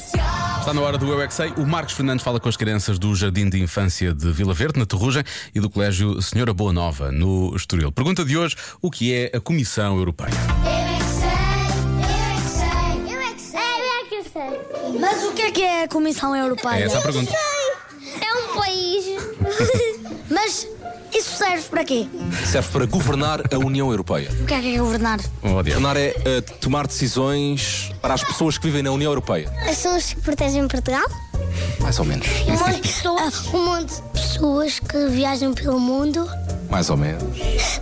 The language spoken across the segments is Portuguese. Está na hora do Eu é Que Sei. O Marcos Fernandes fala com as crianças do Jardim de Infância de Vila Verde, na Terrugem, e do Colégio Senhora Boa Nova, no Estoril. Pergunta de hoje: o que é a Comissão Europeia? é é Mas o que é que é a Comissão Europeia? É essa a pergunta. É um país. Mas isso serve para quê? Serve para governar a União Europeia. O que é que é governar? Oh, Deus. Governar é eh, tomar decisões para as pessoas que vivem na União Europeia. São os que protegem Portugal? Mais ou menos. Um monte de pessoas, um monte de pessoas que viajam pelo mundo, Mais ou menos.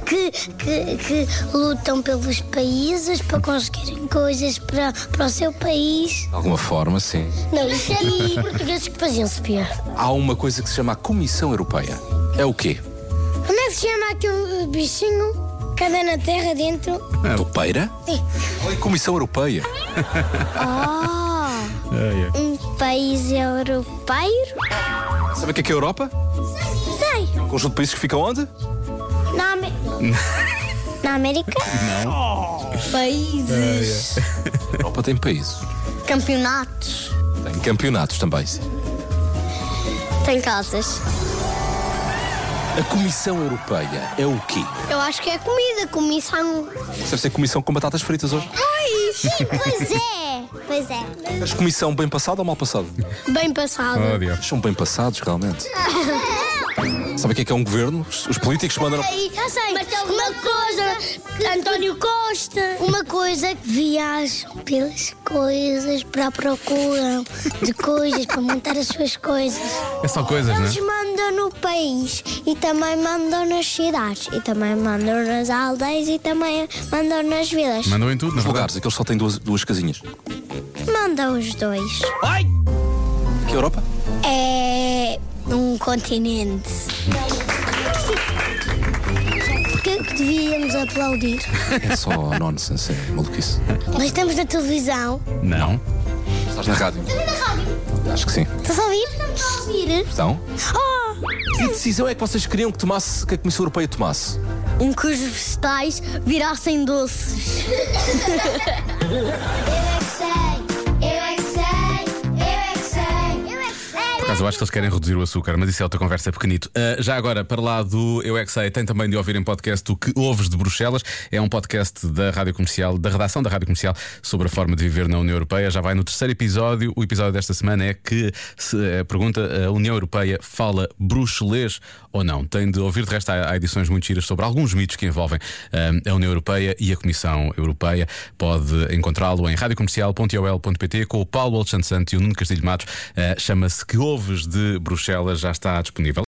que, que, que lutam pelos países para conseguirem coisas para, para o seu país. De alguma forma, sim. Não, isso aí portugueses é que faziam-se pior. Há uma coisa que se chama a Comissão Europeia. É o quê? Como é que se chama aquele bichinho que anda na terra dentro? Topeira? Sim. Oi, Comissão Europeia. Oh, Ai, ai. um país europeiro? Sabe o que é que é a Europa? Sei. Um conjunto de países que fica onde? Na, Amé- na América? Não. Países. A Europa tem países. Campeonatos. Tem campeonatos também, sim. Tem casas. A Comissão Europeia é o quê? Eu acho que é comida, um. comissão. Deve ser comissão com batatas fritas hoje. Pois! pois é! Pois é. Mas comissão bem passada ou mal passada? Bem passado. Oh, Deus. São bem passados, realmente. Sabe o que é que é um governo? Os os políticos que mandam. Já sei, mas uma coisa, António Costa. Uma coisa que viajam pelas coisas para a procura de coisas, para montar as suas coisas. É só coisas, não é? Eles mandam no país e também mandam nas cidades, e também mandam nas aldeias e também mandam nas vilas. Mandou em tudo, na Os verdade. lugares, aqueles só têm duas, duas casinhas. Mandam os dois. Que é a Europa? É um continente. Porquê que devíamos aplaudir? É só nonsense, é maluquice. Nós estamos na televisão. Não. Estás na rádio? Acho que sim. Estás a ouvir? Estamos a ouvir. Então, Oh! que decisão é que vocês queriam que tomasse, que a Comissão Europeia tomasse? Em que os um vegetais virassem doces. Eu é que sei, eu é que sei, eu é que sei, eu é que Por sei. acaso, eu acho que eles querem reduzir o açúcar, mas isso é outra conversa pequenito. Ah, já agora, para lá do Eu é Que Sei, tem também de ouvir em podcast o que ouves de Bruxelas. É um podcast da Rádio Comercial, da redação da Rádio Comercial, sobre a forma de viver na União Europeia. Já vai no terceiro episódio. O episódio desta semana é que se eh, pergunta a União Europeia fala bruxelês ou não. Tem de ouvir, de resto, há, há edições muito giras sobre alguns mitos que envolvem ah, a União Europeia e a Comissão Europeia. Pode encontrá-lo em radiocomercial.ol.pt com o Paulo Alexandre Santos e o Nuno Castilho Matos. Ah, Chama-se Que Ouves de Bruxelas, já está disponível.